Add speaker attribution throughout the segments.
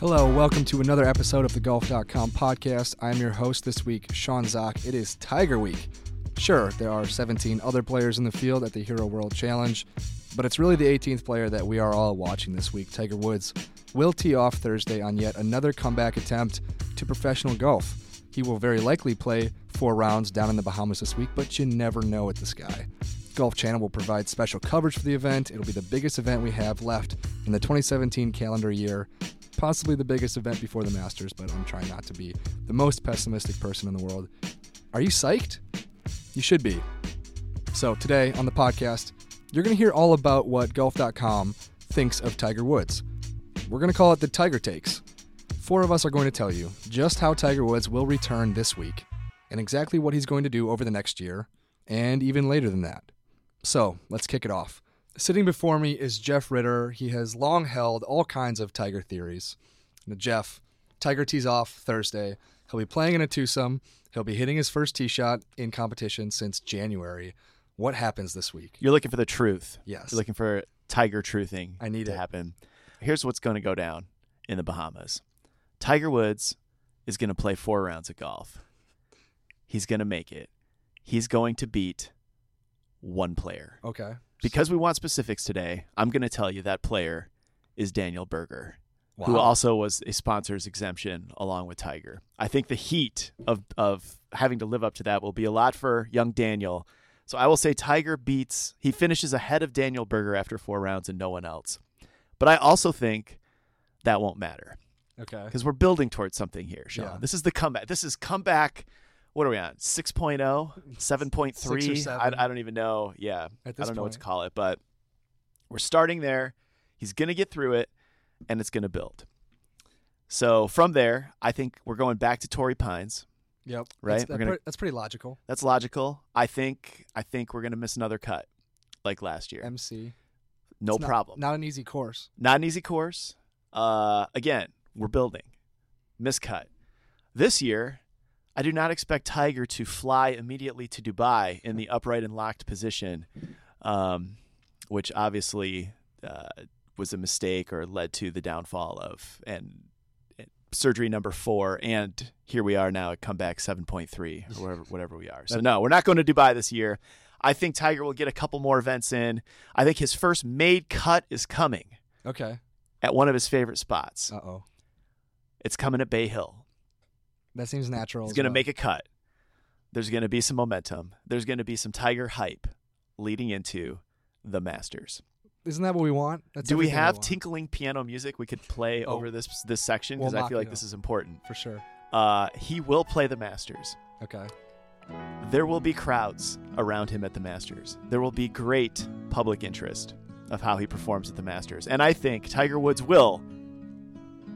Speaker 1: Hello, welcome to another episode of the Golf.com podcast. I'm your host this week, Sean Zock. It is Tiger Week. Sure, there are 17 other players in the field at the Hero World Challenge, but it's really the 18th player that we are all watching this week. Tiger Woods will tee off Thursday on yet another comeback attempt to professional golf. He will very likely play four rounds down in the Bahamas this week, but you never know with this guy. Golf Channel will provide special coverage for the event. It'll be the biggest event we have left in the 2017 calendar year, possibly the biggest event before the Masters, but I'm trying not to be the most pessimistic person in the world. Are you psyched? You should be. So, today on the podcast, you're going to hear all about what golf.com thinks of Tiger Woods. We're going to call it the Tiger Takes. Four of us are going to tell you just how Tiger Woods will return this week and exactly what he's going to do over the next year and even later than that. So let's kick it off. Sitting before me is Jeff Ritter. He has long held all kinds of Tiger theories. Now, Jeff, Tiger tees off Thursday. He'll be playing in a twosome. He'll be hitting his first tee shot in competition since January. What happens this week?
Speaker 2: You're looking for the truth.
Speaker 1: Yes.
Speaker 2: You're looking for tiger truthing.
Speaker 1: I need
Speaker 2: to
Speaker 1: it.
Speaker 2: happen. Here's what's going to go down in the Bahamas. Tiger Woods is going to play four rounds of golf. He's going to make it. He's going to beat one player.
Speaker 1: Okay.
Speaker 2: Because we want specifics today, I'm going to tell you that player is Daniel Berger, who
Speaker 1: Wow.
Speaker 2: also was a sponsor's exemption along with Tiger. I think the heat of of having to live up to that will be a lot for young Daniel. So I will say Tiger beats. He finishes ahead of Daniel Berger after four rounds and no one else. But I also think that won't matter
Speaker 1: Okay.
Speaker 2: because we're building towards something here, Sean.
Speaker 1: Yeah.
Speaker 2: This is the comeback. This is comeback. What are we on? oh, 6.0, 7.3?
Speaker 1: Six or seven.
Speaker 2: I, I don't even know. Yeah.
Speaker 1: At
Speaker 2: I
Speaker 1: this
Speaker 2: don't know what to
Speaker 1: point.
Speaker 2: call it, but we're starting there. He's going to get through it and it's going to build. So from there, I think we're going back to Torrey Pines.
Speaker 1: Yep.
Speaker 2: Right?
Speaker 1: That's,
Speaker 2: We're
Speaker 1: that
Speaker 2: gonna-
Speaker 1: pre- that's pretty logical.
Speaker 2: That's logical. I think I think we're going to miss another cut like last year.
Speaker 1: MC.
Speaker 2: no
Speaker 1: It's not-
Speaker 2: problem.
Speaker 1: Not an easy course.
Speaker 2: Not an easy course. Uh, again, we're building. Miscut. This year, I do not expect Tiger to fly immediately to Dubai in the upright and locked position, um, which obviously uh, was a mistake or led to the downfall of and and surgery number four. And here we are now at comeback 7.3 or whatever, whatever we are. So, no, we're not going to Dubai this year. I think Tiger will get a couple more events in. I think his first made cut is coming
Speaker 1: Okay.
Speaker 2: at one of his favorite spots.
Speaker 1: Uh oh.
Speaker 2: It's coming at Bay Hill.
Speaker 1: That seems natural.
Speaker 2: He's
Speaker 1: as
Speaker 2: going to
Speaker 1: well.
Speaker 2: make a cut. There's going to be some momentum. There's going to be some Tiger hype leading into the Masters.
Speaker 1: Isn't that what we want? That's
Speaker 2: Do we
Speaker 1: everything
Speaker 2: have
Speaker 1: want,
Speaker 2: tinkling piano music we could play
Speaker 1: Oh.
Speaker 2: over this this section
Speaker 1: We'll
Speaker 2: because I
Speaker 1: mock
Speaker 2: feel
Speaker 1: it
Speaker 2: like this
Speaker 1: up.
Speaker 2: is important.
Speaker 1: for sure?
Speaker 2: Uh, he will play the Masters.
Speaker 1: Okay.
Speaker 2: There will be crowds around him at the Masters. There will be great public interest of how he performs at the Masters. And I think Tiger Woods will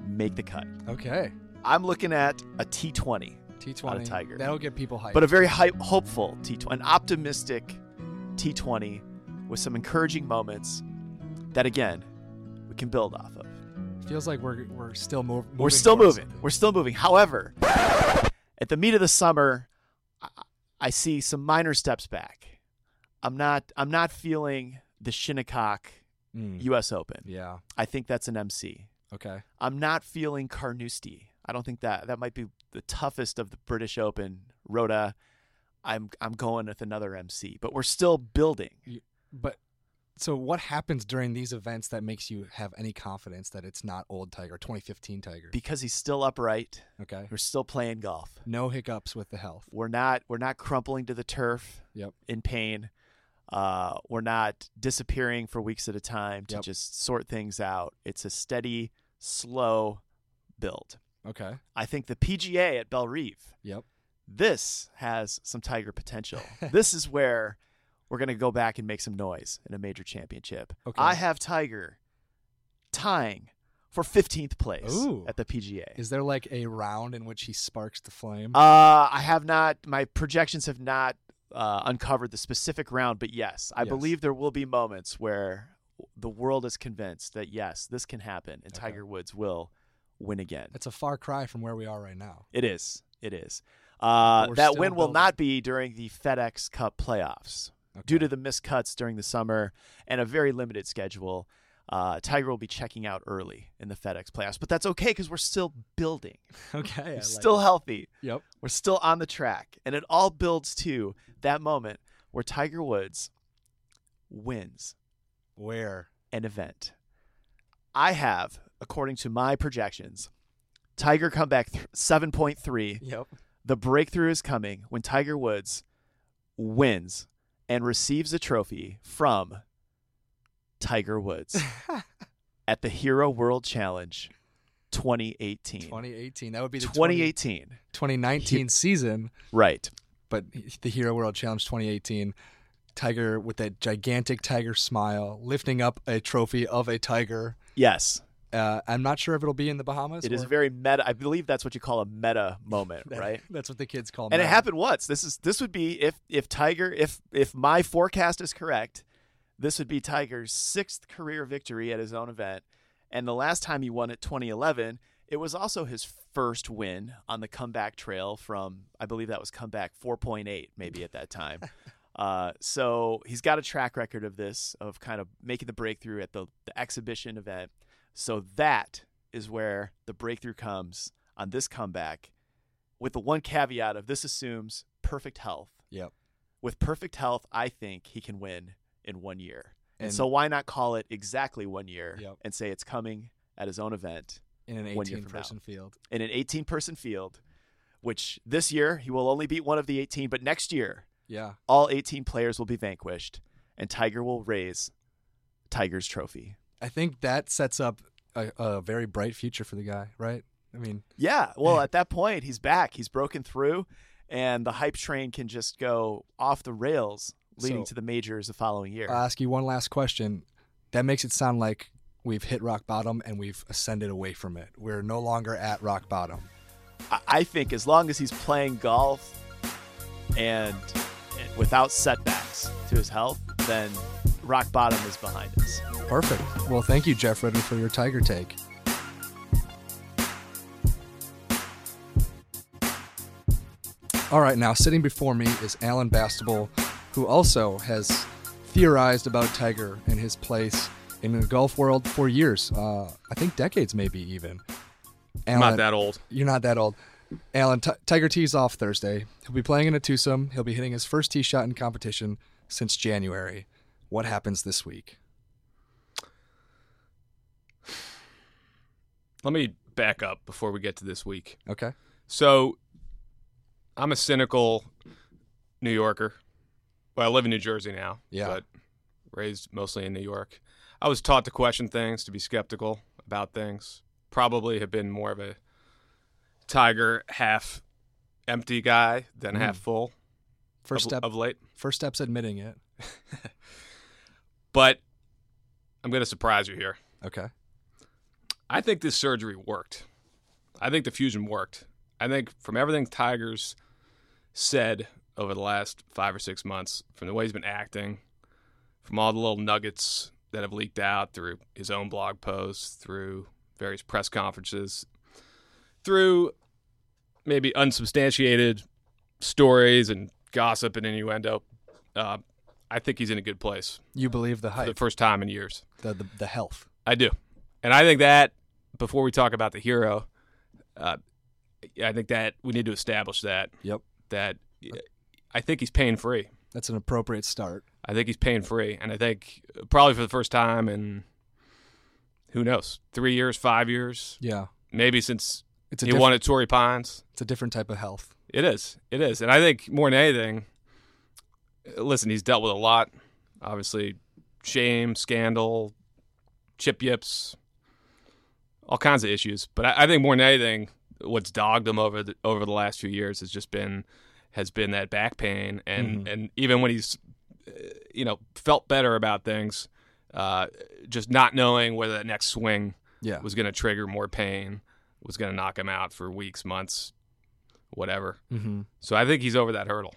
Speaker 2: make the cut.
Speaker 1: Okay.
Speaker 2: I'm looking at a T20.
Speaker 1: T20.
Speaker 2: Tiger.
Speaker 1: That'll get people hyped.
Speaker 2: but a very hy hopeful T20, an optimistic T20 with some encouraging moments that, again, we can build off of.
Speaker 1: Feels like we're we're still mov- moving.
Speaker 2: We're still
Speaker 1: towards
Speaker 2: moving.
Speaker 1: something.
Speaker 2: We're still moving. However, at the meat of the summer, I, I see some minor steps back. I'm not. I'm not feeling the Shinnecock
Speaker 1: Mm.
Speaker 2: U.S. Open.
Speaker 1: yeah.
Speaker 2: I think that's an MC.
Speaker 1: Okay.
Speaker 2: I'm not feeling Carnoustie. I don't think that that might be the toughest of the British Open. Rhoda, I'm I'm going with another MC, but we're still building.
Speaker 1: But so what happens during these events that makes you have any confidence that it's not old Tiger, 2015 Tiger?
Speaker 2: Because he's still upright.
Speaker 1: okay.
Speaker 2: We're still playing golf.
Speaker 1: No hiccups with the health.
Speaker 2: We're not we're not crumpling to the turf
Speaker 1: Yep.
Speaker 2: in pain. Uh, we're not disappearing for weeks at a time to
Speaker 1: Yep.
Speaker 2: just sort things out. It's a steady, slow build.
Speaker 1: Okay.
Speaker 2: I think the PGA at Belle Reve
Speaker 1: Yep.
Speaker 2: this has some tiger potential. this is where we're going to go back and make some noise in a major championship.
Speaker 1: Okay.
Speaker 2: I have Tiger tying for 15th place
Speaker 1: Ooh.
Speaker 2: at the PGA.
Speaker 1: Is there like a round in which he sparks the flame?
Speaker 2: uh, I have not, my projections have not uh, uncovered the specific round, but yes, I
Speaker 1: Yes.
Speaker 2: believe there will be moments where the world is convinced that yes, this can happen and
Speaker 1: Okay.
Speaker 2: Tiger Woods will win again.
Speaker 1: That's a far cry from where we are right now.
Speaker 2: It is. It is. Uh,
Speaker 1: But we're
Speaker 2: that
Speaker 1: still
Speaker 2: win will
Speaker 1: building.
Speaker 2: not be during the FedEx Cup playoffs
Speaker 1: Okay.
Speaker 2: due to the missed cuts during the summer and a very limited schedule. Uh, Tiger will be checking out early in the FedEx playoffs, but that's okay because we're still building.
Speaker 1: Okay. I
Speaker 2: We're
Speaker 1: like
Speaker 2: still
Speaker 1: it.
Speaker 2: healthy.
Speaker 1: Yep.
Speaker 2: We're still on the track. And it all builds to that moment where Tiger Woods wins
Speaker 1: Where?
Speaker 2: an event. I have, according to my projections, Tiger comeback th- 7.3.
Speaker 1: Yep.
Speaker 2: The breakthrough is coming when Tiger Woods wins and receives a trophy from Tiger Woods at the Hero World Challenge 2018.
Speaker 1: 2018. That would be the 20,
Speaker 2: 2018.
Speaker 1: 2019 season,
Speaker 2: Right.
Speaker 1: but the Hero World Challenge 2018. Tiger with that gigantic tiger smile, lifting up a trophy of a tiger.
Speaker 2: Yes.
Speaker 1: Uh, I'm not sure if it'll be in the Bahamas.
Speaker 2: It is
Speaker 1: or-
Speaker 2: very meta. I believe that's what you call a meta moment,
Speaker 1: that-
Speaker 2: right?
Speaker 1: That's what the kids call.
Speaker 2: And it
Speaker 1: Madden.
Speaker 2: happened once. This is this would be if if Tiger if if my forecast is correct, this would be Tiger's sixth career victory at his own event, and the last time he won at 2011, it was also his first win on the comeback trail from I believe that was comeback 4.8 maybe at that time. Uh, so he's got a track record of this of kind of making the breakthrough at the, the exhibition event. So that is where the breakthrough comes on this comeback with the one caveat of this assumes perfect health.
Speaker 1: Yep.
Speaker 2: With perfect health, I think he can win in one year. And,
Speaker 1: And-
Speaker 2: so why not call it exactly one year
Speaker 1: Yep.
Speaker 2: and say it's coming at his own event
Speaker 1: in an
Speaker 2: one year
Speaker 1: 18
Speaker 2: from now.
Speaker 1: person field.
Speaker 2: in an 18 person field, which this year he will only beat one of the 18, but next year
Speaker 1: Yeah.
Speaker 2: all 18 players will be vanquished and Tiger will raise Tiger's trophy.
Speaker 1: I think that sets up a, a very bright future for the guy, right? I mean,
Speaker 2: Yeah. Well, at that point, he's back. He's broken through, and the hype train can just go off the rails, leading
Speaker 1: So-
Speaker 2: to the majors the following year.
Speaker 1: I'll ask you one last question. That makes it sound like we've hit rock bottom and we've ascended away from it. We're no longer at rock bottom.
Speaker 2: I, I think as long as he's playing golf and, and without setbacks to his health, then rock bottom is behind us.
Speaker 1: Perfect. Well, thank you, Jeff Redden, for your Tiger take. All right, now sitting before me is Alan Bastable, who also has theorized about Tiger and his place in the golf world for years. Uh, I think decades, maybe even.
Speaker 3: I'm
Speaker 1: Alan,
Speaker 3: not that old.
Speaker 1: You're not that old. Alan, Ti- Tiger tees off Thursday. He'll be playing in a twosome. He'll be hitting his first tee shot in competition since January. What happens this week?
Speaker 3: Let me back up before we get to this week.
Speaker 1: Okay.
Speaker 3: So, I'm a cynical New Yorker. Well, I live in New Jersey now.
Speaker 1: Yeah.
Speaker 3: But raised mostly in New York. I was taught to question things, to be skeptical about things. Probably have been more of a tiger half empty guy than
Speaker 1: Mm.
Speaker 3: half full
Speaker 1: First
Speaker 3: of,
Speaker 1: step.
Speaker 3: of late.
Speaker 1: first step's admitting it.
Speaker 3: But I'm going to surprise you here.
Speaker 1: Okay.
Speaker 3: I think this surgery worked. I think the fusion worked. I think from everything Tiger's said over the last five or six months, from the way he's been acting, from all the little nuggets that have leaked out through his own blog posts, through various press conferences, through maybe unsubstantiated stories and gossip and innuendo, uh, I think he's in a good place
Speaker 1: You believe the
Speaker 3: for the
Speaker 1: hype,
Speaker 3: first time in years.
Speaker 1: the, the, the health.
Speaker 3: I do, and I think that before we talk about the hero, uh, I think that we need to establish that
Speaker 1: Yep.
Speaker 3: that I think he's pain free.
Speaker 1: That's an appropriate start.
Speaker 3: I think he's pain free, and I think probably for the first time in who knows three years, five years,
Speaker 1: Yeah.
Speaker 3: maybe since
Speaker 1: It's a
Speaker 3: he
Speaker 1: different,
Speaker 3: won at Torrey Pines.
Speaker 1: it's a different type of health.
Speaker 3: It is, it is, and I think more than anything, listen, he's dealt with a lot, obviously, shame, scandal, chip yips, all kinds of issues. But I, I think more than anything, what's dogged him over the, over the last few years has just been has been that back pain, and
Speaker 1: Mhm.
Speaker 3: and even when he's uh, you know felt better about things, uh, just not knowing whether that next swing
Speaker 1: Yeah.
Speaker 3: was going to trigger more pain, was going to knock him out for weeks, months, whatever.
Speaker 1: Mm-hmm.
Speaker 3: So I think he's over that hurdle.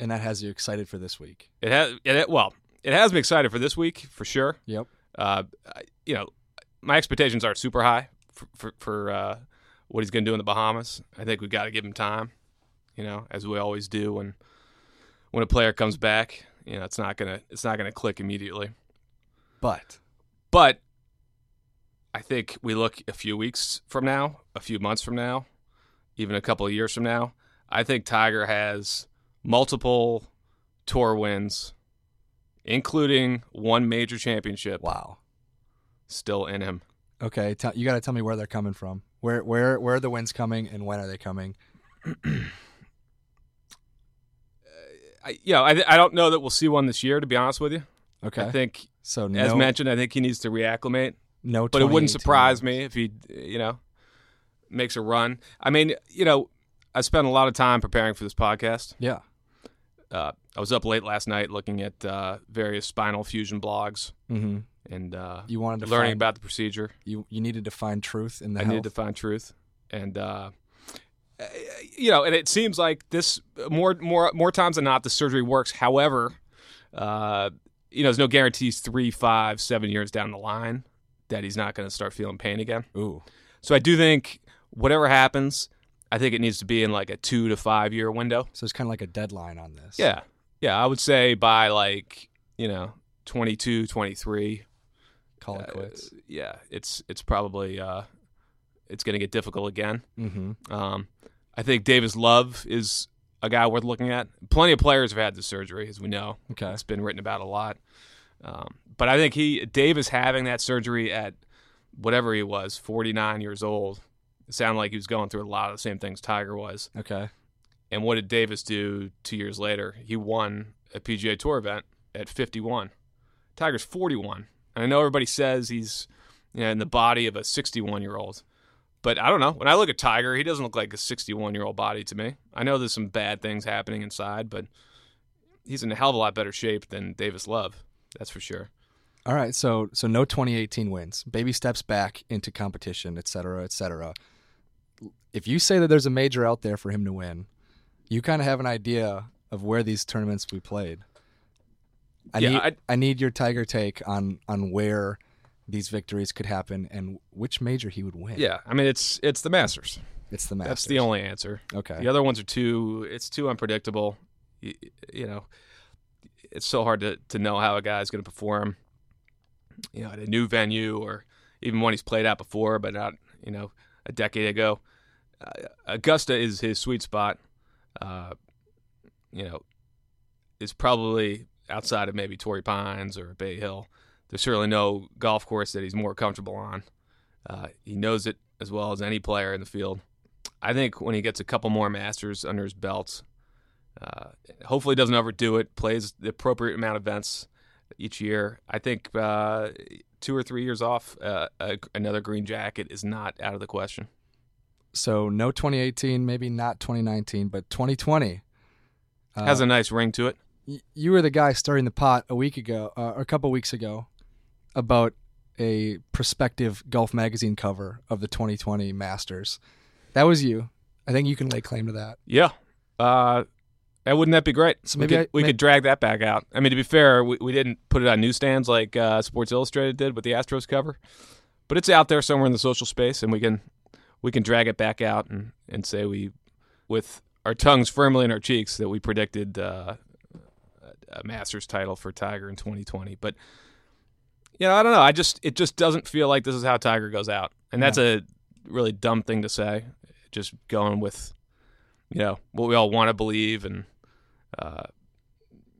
Speaker 1: And that has you excited for this week.
Speaker 3: It has it, well, it has me excited for this week for sure.
Speaker 1: Yep.
Speaker 3: Uh, I- you know, my expectations aren't super high for for, for uh, what he's going to do in the Bahamas. I think we've got to give him time. You know, as we always do when when a player comes back, you know, it's not gonna it's not gonna click immediately.
Speaker 1: But
Speaker 3: But I think we look a few weeks from now, a few months from now, even a couple of years from now. I think Tiger has multiple tour wins, including one major championship
Speaker 1: Wow.
Speaker 3: still in him.
Speaker 1: Okay, t- you got to tell me where they're coming from. Where where where are the wins coming and when are they coming?
Speaker 3: I, you know, I, I don't know that we'll see one this year, to be honest with you.
Speaker 1: Okay.
Speaker 3: I think,
Speaker 1: so no,
Speaker 3: as mentioned, I think he needs to reacclimate.
Speaker 1: no
Speaker 3: but it wouldn't
Speaker 1: 2018.
Speaker 3: surprise me if he, you know, makes a run. I mean, you know, I spent a lot of time preparing for this podcast.
Speaker 1: Yeah.
Speaker 3: Uh, I was up late last night looking at uh, various spinal fusion blogs
Speaker 1: Mm-hmm.
Speaker 3: and uh,
Speaker 1: You wanted to
Speaker 3: learning
Speaker 1: find,
Speaker 3: about the procedure.
Speaker 1: you you needed to find truth in the
Speaker 3: I
Speaker 1: health.
Speaker 3: needed to find truth, and uh, you know, and it seems like this more more more times than not, the surgery works. However, uh, you know, there's no guarantees three, five, seven years down the line that he's not going to start feeling pain again.
Speaker 1: Ooh.
Speaker 3: So I do think whatever happens, I think it needs to be in like a two to five year window.
Speaker 1: So it's kind of like a deadline on this.
Speaker 3: Yeah. Yeah. I would say by like, you know, 22, 23.
Speaker 1: Call it
Speaker 3: uh,
Speaker 1: quits.
Speaker 3: yeah. It's, it's probably, uh, it's going to get difficult again.
Speaker 1: Mm-hmm.
Speaker 3: Um, I think Davis Love is a guy worth looking at. Plenty of players have had the surgery, as we know.
Speaker 1: Okay.
Speaker 3: It's been written about a lot. Um, but I think he Dave is having that surgery at whatever he was, 49 years old. It sounded like he was going through a lot of the same things Tiger was.
Speaker 1: Okay.
Speaker 3: And what did Davis do two years later? He won a PGA Tour event at 51. Tiger's 41. And I know everybody says he's you know, in the body of a 61 year old. But I don't know. When I look at Tiger, he doesn't look like a 61 year old body to me. I know there's some bad things happening inside, but he's in a hell of a lot better shape than Davis Love. That's for sure.
Speaker 1: All right. So so no 2018 wins. Baby steps back into competition, et cetera, et cetera. If you say that there's a major out there for him to win, you kind of have an idea of where these tournaments we played. I
Speaker 3: Yeah,
Speaker 1: need
Speaker 3: I-
Speaker 1: I need your tiger take on on where these victories could happen and which major he would win.
Speaker 3: Yeah. I mean, it's it's the Masters.
Speaker 1: It's the Masters.
Speaker 3: That's the only answer.
Speaker 1: Okay.
Speaker 3: The other ones are too. It's too unpredictable. You, you know, it's so hard to to know how a guy's going to perform. You know, at a new venue or even one he's played at before, but not you know a decade ago. Uh, Augusta is his sweet spot. Uh, you know, is probably outside of maybe Torrey Pines or Bay Hill. There's certainly no golf course that he's more comfortable on. Uh, he knows it as well as any player in the field. I think when he gets a couple more Masters under his belt, uh, hopefully doesn't overdo it. Plays the appropriate amount of events each year. I think uh, two or three years off, uh, a, another green jacket is not out of the question.
Speaker 1: So no 2018, maybe not 2019, but 2020. Uh,
Speaker 3: Has a nice ring to it.
Speaker 1: y- you were the guy stirring the pot a week ago, uh, or a couple weeks ago, about a prospective golf magazine cover of the 2020 Masters. That was you. I think you can lay claim to that.
Speaker 3: Yeah. Uh, and wouldn't that be great?
Speaker 1: So
Speaker 3: we
Speaker 1: maybe
Speaker 3: could,
Speaker 1: I-
Speaker 3: we
Speaker 1: may-
Speaker 3: could drag that back out. I mean, to be fair, we, we didn't put it on newsstands like uh, Sports Illustrated did with the Astros cover, but it's out there somewhere in the social space, and we can we can drag it back out and, and say we, with our tongues firmly in our cheeks, that we predicted uh, a Masters title for Tiger in 2020. But you know, I don't know. I just it just doesn't feel like this is how Tiger goes out, and that's a really dumb thing to say. Just going with you know what we all want to believe and uh,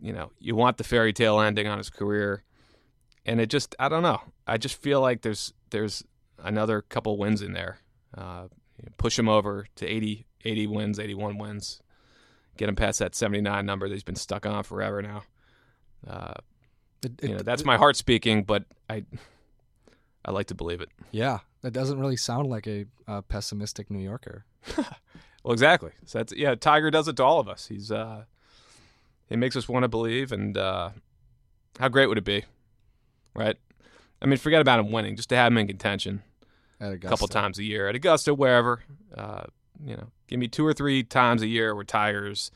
Speaker 3: you know you want the fairy tale ending on his career and it just i don't know i just feel like there's there's another couple wins in there uh, you know, push him over to 80 80 wins 81 wins get him past that 79 number that he's been stuck on forever now uh,
Speaker 1: It-
Speaker 3: you know
Speaker 1: it-
Speaker 3: that's my heart speaking but i i like to believe it
Speaker 1: yeah. That doesn't really sound like a uh, pessimistic New Yorker.
Speaker 3: Well, exactly. So that's yeah. Tiger does it to all of us. He's uh, he makes us want to believe, and uh, how great would it be, right? I mean, forget about him winning, just to have him in contention
Speaker 1: At
Speaker 3: a
Speaker 1: Augusta.
Speaker 3: couple times a year at Augusta, wherever. Uh, you know, give me two or three times a year where Tiger's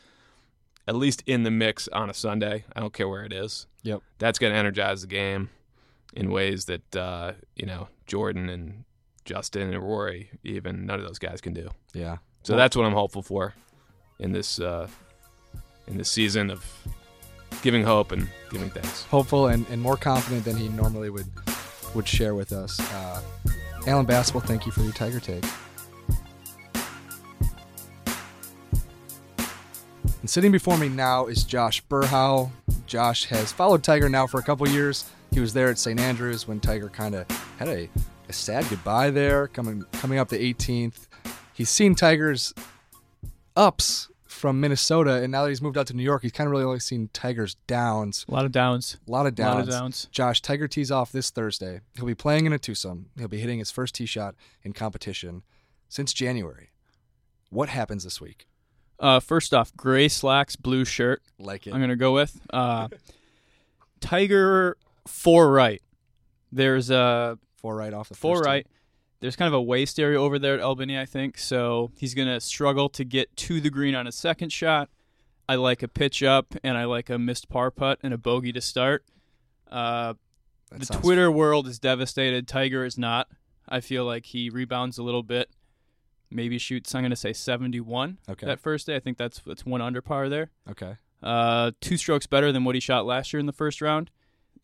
Speaker 3: at least in the mix on a Sunday. I don't care where it is.
Speaker 1: Yep.
Speaker 3: That's going to energize the game in ways that uh, you know Jordan and Justin and Rory, even none of those guys can do.
Speaker 1: Yeah.
Speaker 3: So that's what I'm hopeful for in this uh, in this season of giving hope and giving thanks.
Speaker 1: hopeful and, and more confident than he normally would would share with us. Uh, Alan Baskell, thank you for your Tiger take. And sitting before me now is Josh Burhow. Josh has followed Tiger now for a couple years. He was there at St. Andrews when Tiger kind of had a, a sad goodbye there, coming coming up the 18th. He's seen Tiger's ups from Minnesota, and now that he's moved out to New York, he's kind of really only seen Tiger's downs.
Speaker 4: A lot of downs.
Speaker 1: A lot of
Speaker 4: A
Speaker 1: downs.
Speaker 4: lot of downs.
Speaker 1: Josh, Tiger tees off this Thursday. He'll be playing in a twosome. He'll be hitting his first tee shot in competition since January. What happens this week?
Speaker 4: Uh, first off, gray slacks, blue shirt.
Speaker 1: Like it.
Speaker 4: I'm gonna go with uh, Tiger four right. There's a
Speaker 1: four right off the
Speaker 4: four
Speaker 1: first tee.
Speaker 4: right. There's kind of a waste area over there at Albany, I think. So he's gonna struggle to get to the green on his second shot. I like a pitch up, and I like a missed par putt and a bogey to start. Uh,
Speaker 1: That
Speaker 4: the
Speaker 1: sounds-
Speaker 4: Twitter world is devastated. Tiger is not. I feel like he rebounds a little bit. Maybe shoots. I'm gonna say 71
Speaker 1: Okay.
Speaker 4: that first day. I think that's that's one under par there
Speaker 1: okay.
Speaker 4: uh, two strokes better than what he shot last year in the first round.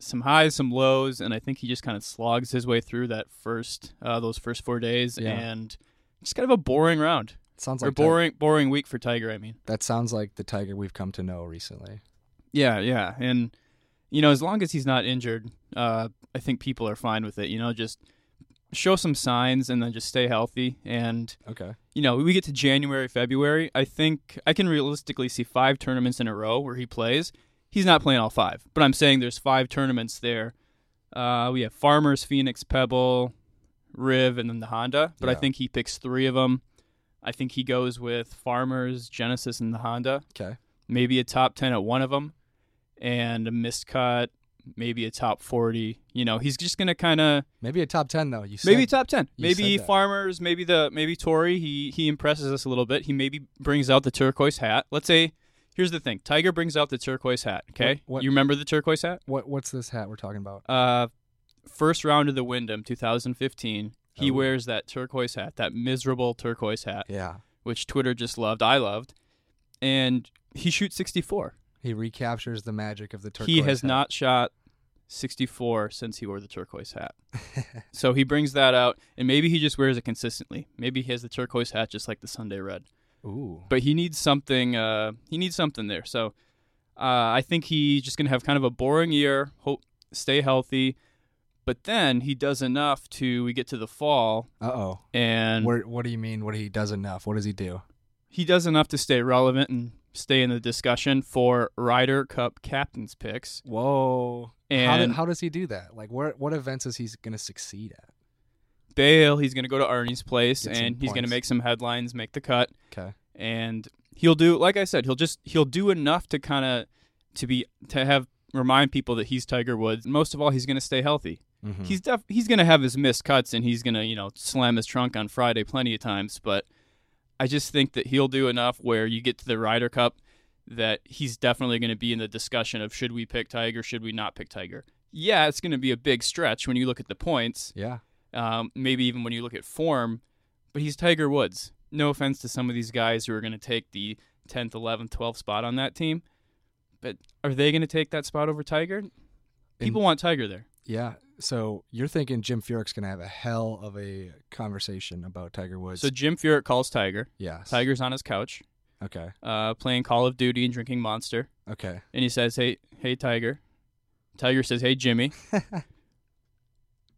Speaker 4: Some highs, some lows, and I think he just kind of slogs his way through that first, uh, those first four days,
Speaker 1: Yeah.
Speaker 4: and just kind of a boring round
Speaker 1: Sounds
Speaker 4: or
Speaker 1: like Tiger-
Speaker 4: boring, boring week for Tiger. I mean,
Speaker 1: that sounds like the Tiger we've come to know recently.
Speaker 4: yeah, yeah, and you know, as long as he's not injured, uh, I think people are fine with it. You know, just show some signs and then just stay healthy and
Speaker 1: Okay.
Speaker 4: you know, we get to January, February, I think I can realistically see five tournaments in a row where he plays. He's not playing all five, but I'm saying there's five tournaments there. Uh, we have Farmers, Phoenix, Pebble, Riv, and then the Honda. But I
Speaker 1: Yeah.
Speaker 4: think he picks three of them. I think he goes with Farmers, Genesis, and the Honda.
Speaker 1: Okay.
Speaker 4: Maybe a top 10 at one of them and a missed cut, maybe a top 40. You know, he's just going to kind of
Speaker 1: Maybe a top ten though. You said,
Speaker 4: maybe top 10
Speaker 1: you
Speaker 4: maybe
Speaker 1: said that.
Speaker 4: farmers maybe the maybe tory he he impresses us a little bit he maybe brings out the turquoise hat let's say here's the thing tiger brings out the turquoise hat okay
Speaker 1: What- what-
Speaker 4: you remember the turquoise hat
Speaker 1: what what's this hat we're talking about?
Speaker 4: uh first round of the wyndham 2015 he
Speaker 1: Oh.
Speaker 4: wears that turquoise hat that miserable turquoise hat
Speaker 1: Yeah.
Speaker 4: which twitter just loved i loved and he shoots 64
Speaker 1: He recaptures the magic of the turquoise.
Speaker 4: he has
Speaker 1: hat.
Speaker 4: not shot 64 since he wore the turquoise hat. so he brings that out, and maybe he just wears it consistently. Maybe he has the turquoise hat just like the Sunday red.
Speaker 1: Ooh.
Speaker 4: But he needs something. Uh, he needs something there. So uh, I think he's just gonna have kind of a boring year. Hope stay healthy, but then he does enough to we get to the fall
Speaker 1: Uh oh.
Speaker 4: and
Speaker 1: What what do you mean? What he does enough? What does he do?
Speaker 4: he does enough to stay relevant and stay in the discussion for Ryder Cup captains picks.
Speaker 1: Whoa. how,
Speaker 4: And
Speaker 1: did, how does he do that? Like, what what events is he going to succeed at?
Speaker 4: Bale, he's going to go to Arnie's place
Speaker 1: Get some
Speaker 4: and he's going to
Speaker 1: points.
Speaker 4: make some headlines, make the cut,
Speaker 1: Okay.
Speaker 4: and he'll do like I said, he'll just he'll do enough to kind of to be to have remind people that he's Tiger Woods. Most of all, he's going to stay healthy.
Speaker 1: Hmm.
Speaker 4: He's def- he's going to have his missed cuts and he's going to, you know, slam his trunk on Friday plenty of times, but I just think that he'll do enough where you get to the Ryder Cup that he's definitely going to be in the discussion of should we pick Tiger, should we not pick Tiger. Yeah, it's going to be a big stretch when you look at the points
Speaker 1: yeah.
Speaker 4: um, maybe even when you look at form, but he's Tiger Woods. No offense to some of these guys who are going to take the 10th, 11th, 12th spot on that team, but are they going to take that spot over Tiger? People want Tiger there.
Speaker 1: Yeah. So you're thinking Jim Furyk's going to have a hell of a conversation about Tiger Woods?
Speaker 4: So Jim Furyk calls Tiger.
Speaker 1: yes.
Speaker 4: Tiger's on his couch,
Speaker 1: Okay.
Speaker 4: uh, playing Call of Duty and drinking Monster,
Speaker 1: Okay.
Speaker 4: and he says, "Hey, hey, Tiger." Tiger says, "Hey, Jimmy,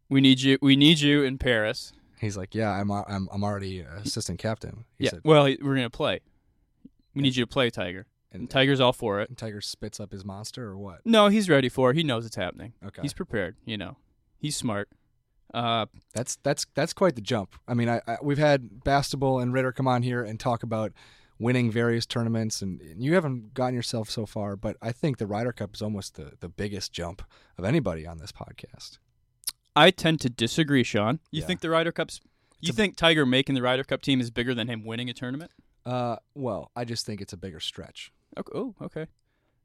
Speaker 4: we need you. We need you in Paris."
Speaker 1: He's like, yeah, I'm al- I'm I'm already assistant captain. He
Speaker 4: yeah.
Speaker 1: said,
Speaker 4: well, he- we're gonna play. We need you to play, Tiger.
Speaker 1: and,
Speaker 4: And Tiger's all for it.
Speaker 1: and Tiger spits up his monster or what?
Speaker 4: No, he's ready for it. He knows it's happening.
Speaker 1: Okay.
Speaker 4: He's prepared, you know. He's smart. Uh,
Speaker 1: That's that's that's quite the jump. I mean, I, I we've had Bastable and Ritter come on here and talk about winning various tournaments, and, and you haven't gotten yourself so far. But I think the Ryder Cup is almost the the biggest jump of anybody on this podcast.
Speaker 4: I tend to disagree, Sean. You
Speaker 1: Yeah.
Speaker 4: think the Ryder Cup's you
Speaker 1: a-
Speaker 4: think Tiger making the Ryder Cup team is bigger than him winning a tournament?
Speaker 1: Uh, well, I just think it's a bigger stretch.
Speaker 4: Okay. Oh, okay.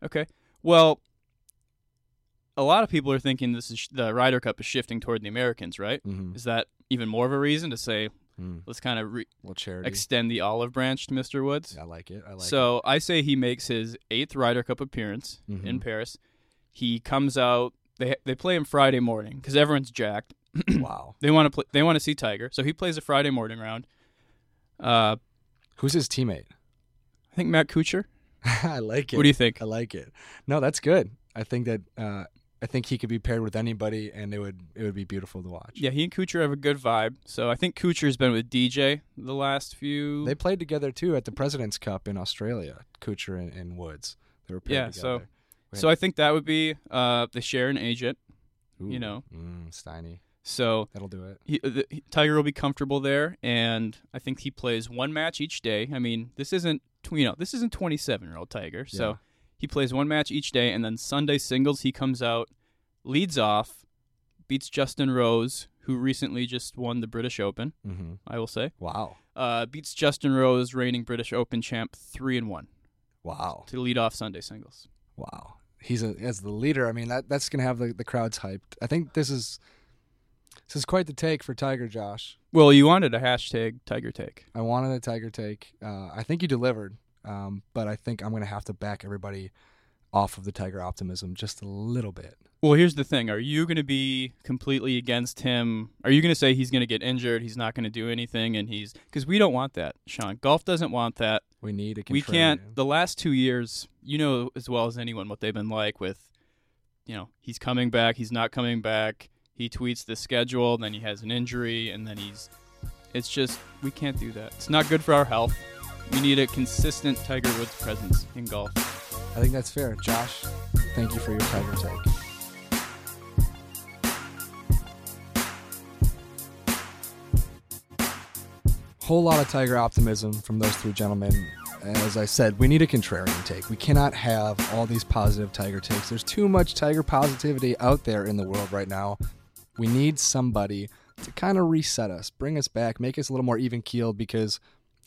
Speaker 4: Okay. Well, a lot of people are thinking this is the Ryder Cup is shifting toward the Americans, right?
Speaker 1: Mm-hmm.
Speaker 4: Is that even more of a reason to say let's kind of re-
Speaker 1: Well, charity.
Speaker 4: extend the olive branch to Mr. Woods?
Speaker 1: I like it. I like it.
Speaker 4: so I say he makes his eighth Ryder Cup appearance in
Speaker 1: Mhm.
Speaker 4: Paris. He comes out. They they play him Friday morning because everyone's jacked.
Speaker 1: wow.
Speaker 4: They want to play. They want to see Tiger, so he plays a Friday morning round. Uh,
Speaker 1: Who's his teammate?
Speaker 4: I think Matt Kuchar.
Speaker 1: I like it.
Speaker 4: What do you think?
Speaker 1: I like it. No, that's good. I think that uh, I think he could be paired with anybody, and it would it would be beautiful to watch.
Speaker 4: Yeah, he and Kuchar have a good vibe. So I think Kuchar's been with DJ the last few.
Speaker 1: They played together too at the President's Cup in Australia. Kuchar and, and Woods. They were paired
Speaker 4: Yeah, so-
Speaker 1: together.
Speaker 4: so I think that would be uh, they share an agent.
Speaker 1: Ooh,
Speaker 4: you know.
Speaker 1: mm, Steiny.
Speaker 4: So
Speaker 1: That'll do it.
Speaker 4: he, uh, the, he- Tiger will be comfortable there, and I think he plays one match each day. I mean, this isn't tw- you know this isn't 27 year old Tiger, so
Speaker 1: Yeah.
Speaker 4: he plays one match each day, and then Sunday singles he comes out, leads off, beats Justin Rose, who recently just won the British Open.
Speaker 1: Mm-hmm.
Speaker 4: I will say,
Speaker 1: Wow.
Speaker 4: uh, beats Justin Rose, reigning British Open champ, three and one
Speaker 1: Wow.
Speaker 4: to lead off Sunday singles.
Speaker 1: Wow. He's a, as the leader. I mean, that that's gonna have the, the crowds hyped. I think this is this is quite the take for Tiger Josh.
Speaker 4: Well, you wanted a hashtag Tiger take.
Speaker 1: I wanted a Tiger take. Uh, I think you delivered, um, but I think I'm gonna have to back everybody off of the Tiger optimism just a little bit.
Speaker 4: Well, here's the thing. Are you going to be completely against him? Are you going to say he's going to get injured? He's not going to do anything, and he's because we don't want that, Sean. Golf doesn't want that.
Speaker 1: We need a
Speaker 4: We can't.
Speaker 1: contrarian.
Speaker 4: The last two years, you know as well as anyone what they've been like with, you know, he's coming back, he's not coming back. He tweets the schedule, then he has an injury, and then he's. It's just we can't do that. It's not good for our health. We need a consistent Tiger Woods presence in golf.
Speaker 1: I think that's fair, Josh. Thank you for your Tiger take. whole lot of tiger optimism from those three gentlemen. As I said, we need a contrarian take. We cannot have all these positive tiger takes. There's too much tiger positivity out there in the world right now. We need somebody to kind of reset us, bring us back, make us a little more even keeled because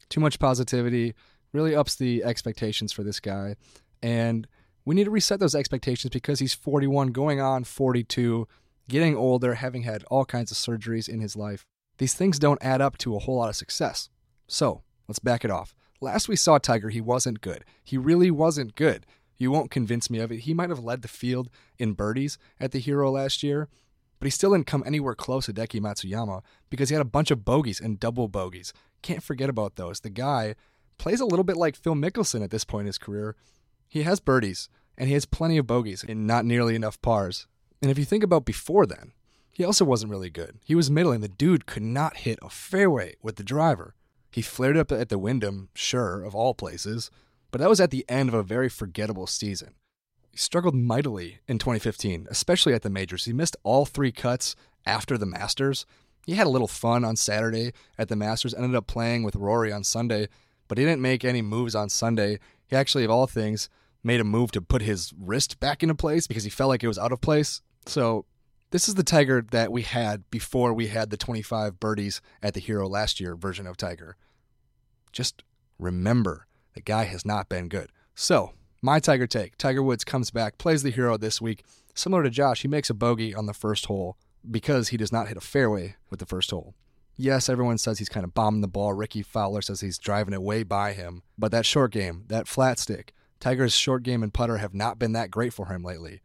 Speaker 1: too much positivity really ups the expectations for this guy. And we need to reset those expectations because he's 41, going on 42, getting older, having had all kinds of surgeries in his life these things don't add up to a whole lot of success. So let's back it off. Last we saw Tiger, he wasn't good. He really wasn't good. You won't convince me of it. He might have led the field in birdies at the Hero last year, but he still didn't come anywhere close to Deki Matsuyama because he had a bunch of bogeys and double bogeys. Can't forget about those. The guy plays a little bit like Phil Mickelson at this point in his career. He has birdies and he has plenty of bogeys and not nearly enough pars. And if you think about before then, he also wasn't really good. He was middling. The dude could not hit a fairway with the driver. He flared up at the Wyndham, sure, of all places, but that was at the end of a very forgettable season. He struggled mightily in 2015, especially at the majors. He missed all three cuts after the Masters. He had a little fun on Saturday at the Masters, ended up playing with Rory on Sunday, but he didn't make any moves on Sunday. He actually, of all things, made a move to put his wrist back into place because he felt like it was out of place. So this is the Tiger that we had before we had the 25 birdies at the Hero last year version of Tiger. Just remember, the guy has not been good. So, my Tiger take Tiger Woods comes back, plays the Hero this week. Similar to Josh, he makes a bogey on the first hole because he does not hit a fairway with the first hole. Yes, everyone says he's kind of bombing the ball. Ricky Fowler says he's driving it way by him. But that short game, that flat stick, Tiger's short game and putter have not been that great for him lately.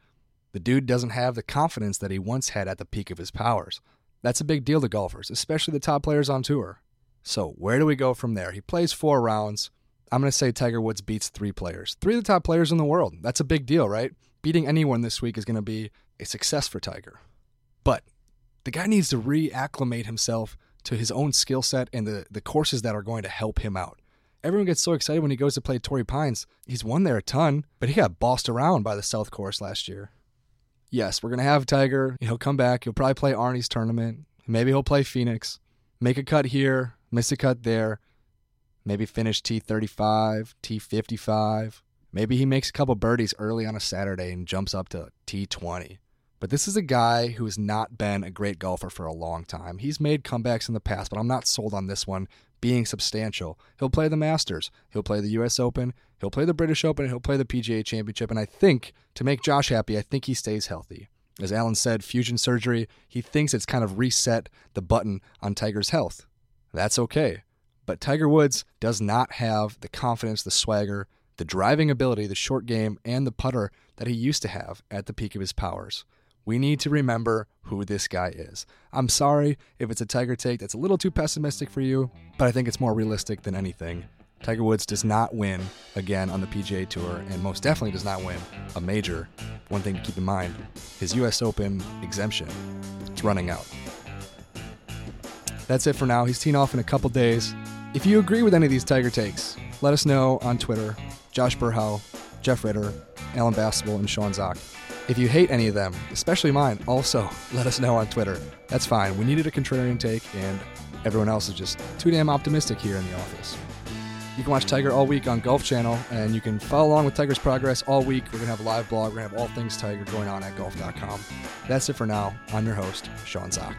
Speaker 1: The dude doesn't have the confidence that he once had at the peak of his powers. That's a big deal to golfers, especially the top players on tour. So, where do we go from there? He plays four rounds. I'm going to say Tiger Woods beats three players, three of the top players in the world. That's a big deal, right? Beating anyone this week is going to be a success for Tiger. But the guy needs to reacclimate himself to his own skill set and the, the courses that are going to help him out. Everyone gets so excited when he goes to play Torrey Pines. He's won there a ton, but he got bossed around by the South Course last year yes, we're gonna have Tiger. He'll come back. He'll probably play Arnie's tournament. Maybe he'll play Phoenix. Make a cut here, miss a cut there. Maybe finish T35, T55. Maybe he makes a couple birdies early on a Saturday and jumps up to T20. But this is a guy who has not been a great golfer for a long time. He's made comebacks in the past, but I'm not sold on this one being substantial. He'll play the Masters, he'll play the U.S. Open, he'll play the British Open, and he'll play the PGA Championship. And I think, to make Josh happy, I think he stays healthy. As Alan said, fusion surgery, he thinks it's kind of reset the button on Tiger's health. That's okay. But Tiger Woods does not have the confidence, the swagger, the driving ability, the short game, and the putter that he used to have at the peak of his powers. we need to remember who this guy is. I'm sorry if it's a Tiger take that's a little too pessimistic for you, but I think it's more realistic than anything. Tiger Woods does not win again on the PGA Tour, and most definitely does not win a major. One thing to keep in mind his U.S. Open exemption it's running out. That's it for now. He's teeing off in a couple days. If you agree with any of these Tiger takes, let us know on Twitter, Josh Burhow, Jeff Ritter, Alan Bastable, and Sean Zock. If you hate any of them, especially mine, also let us know on Twitter. That's fine. We needed a contrarian take, and everyone else is just too damn optimistic here in the office. You can watch Tiger all week on Golf Channel, and you can follow along with Tiger's progress all week. We're going to have a live blog. We're going to have all things Tiger going on at golf.com. That's it for now. I'm your host, Sean Zock.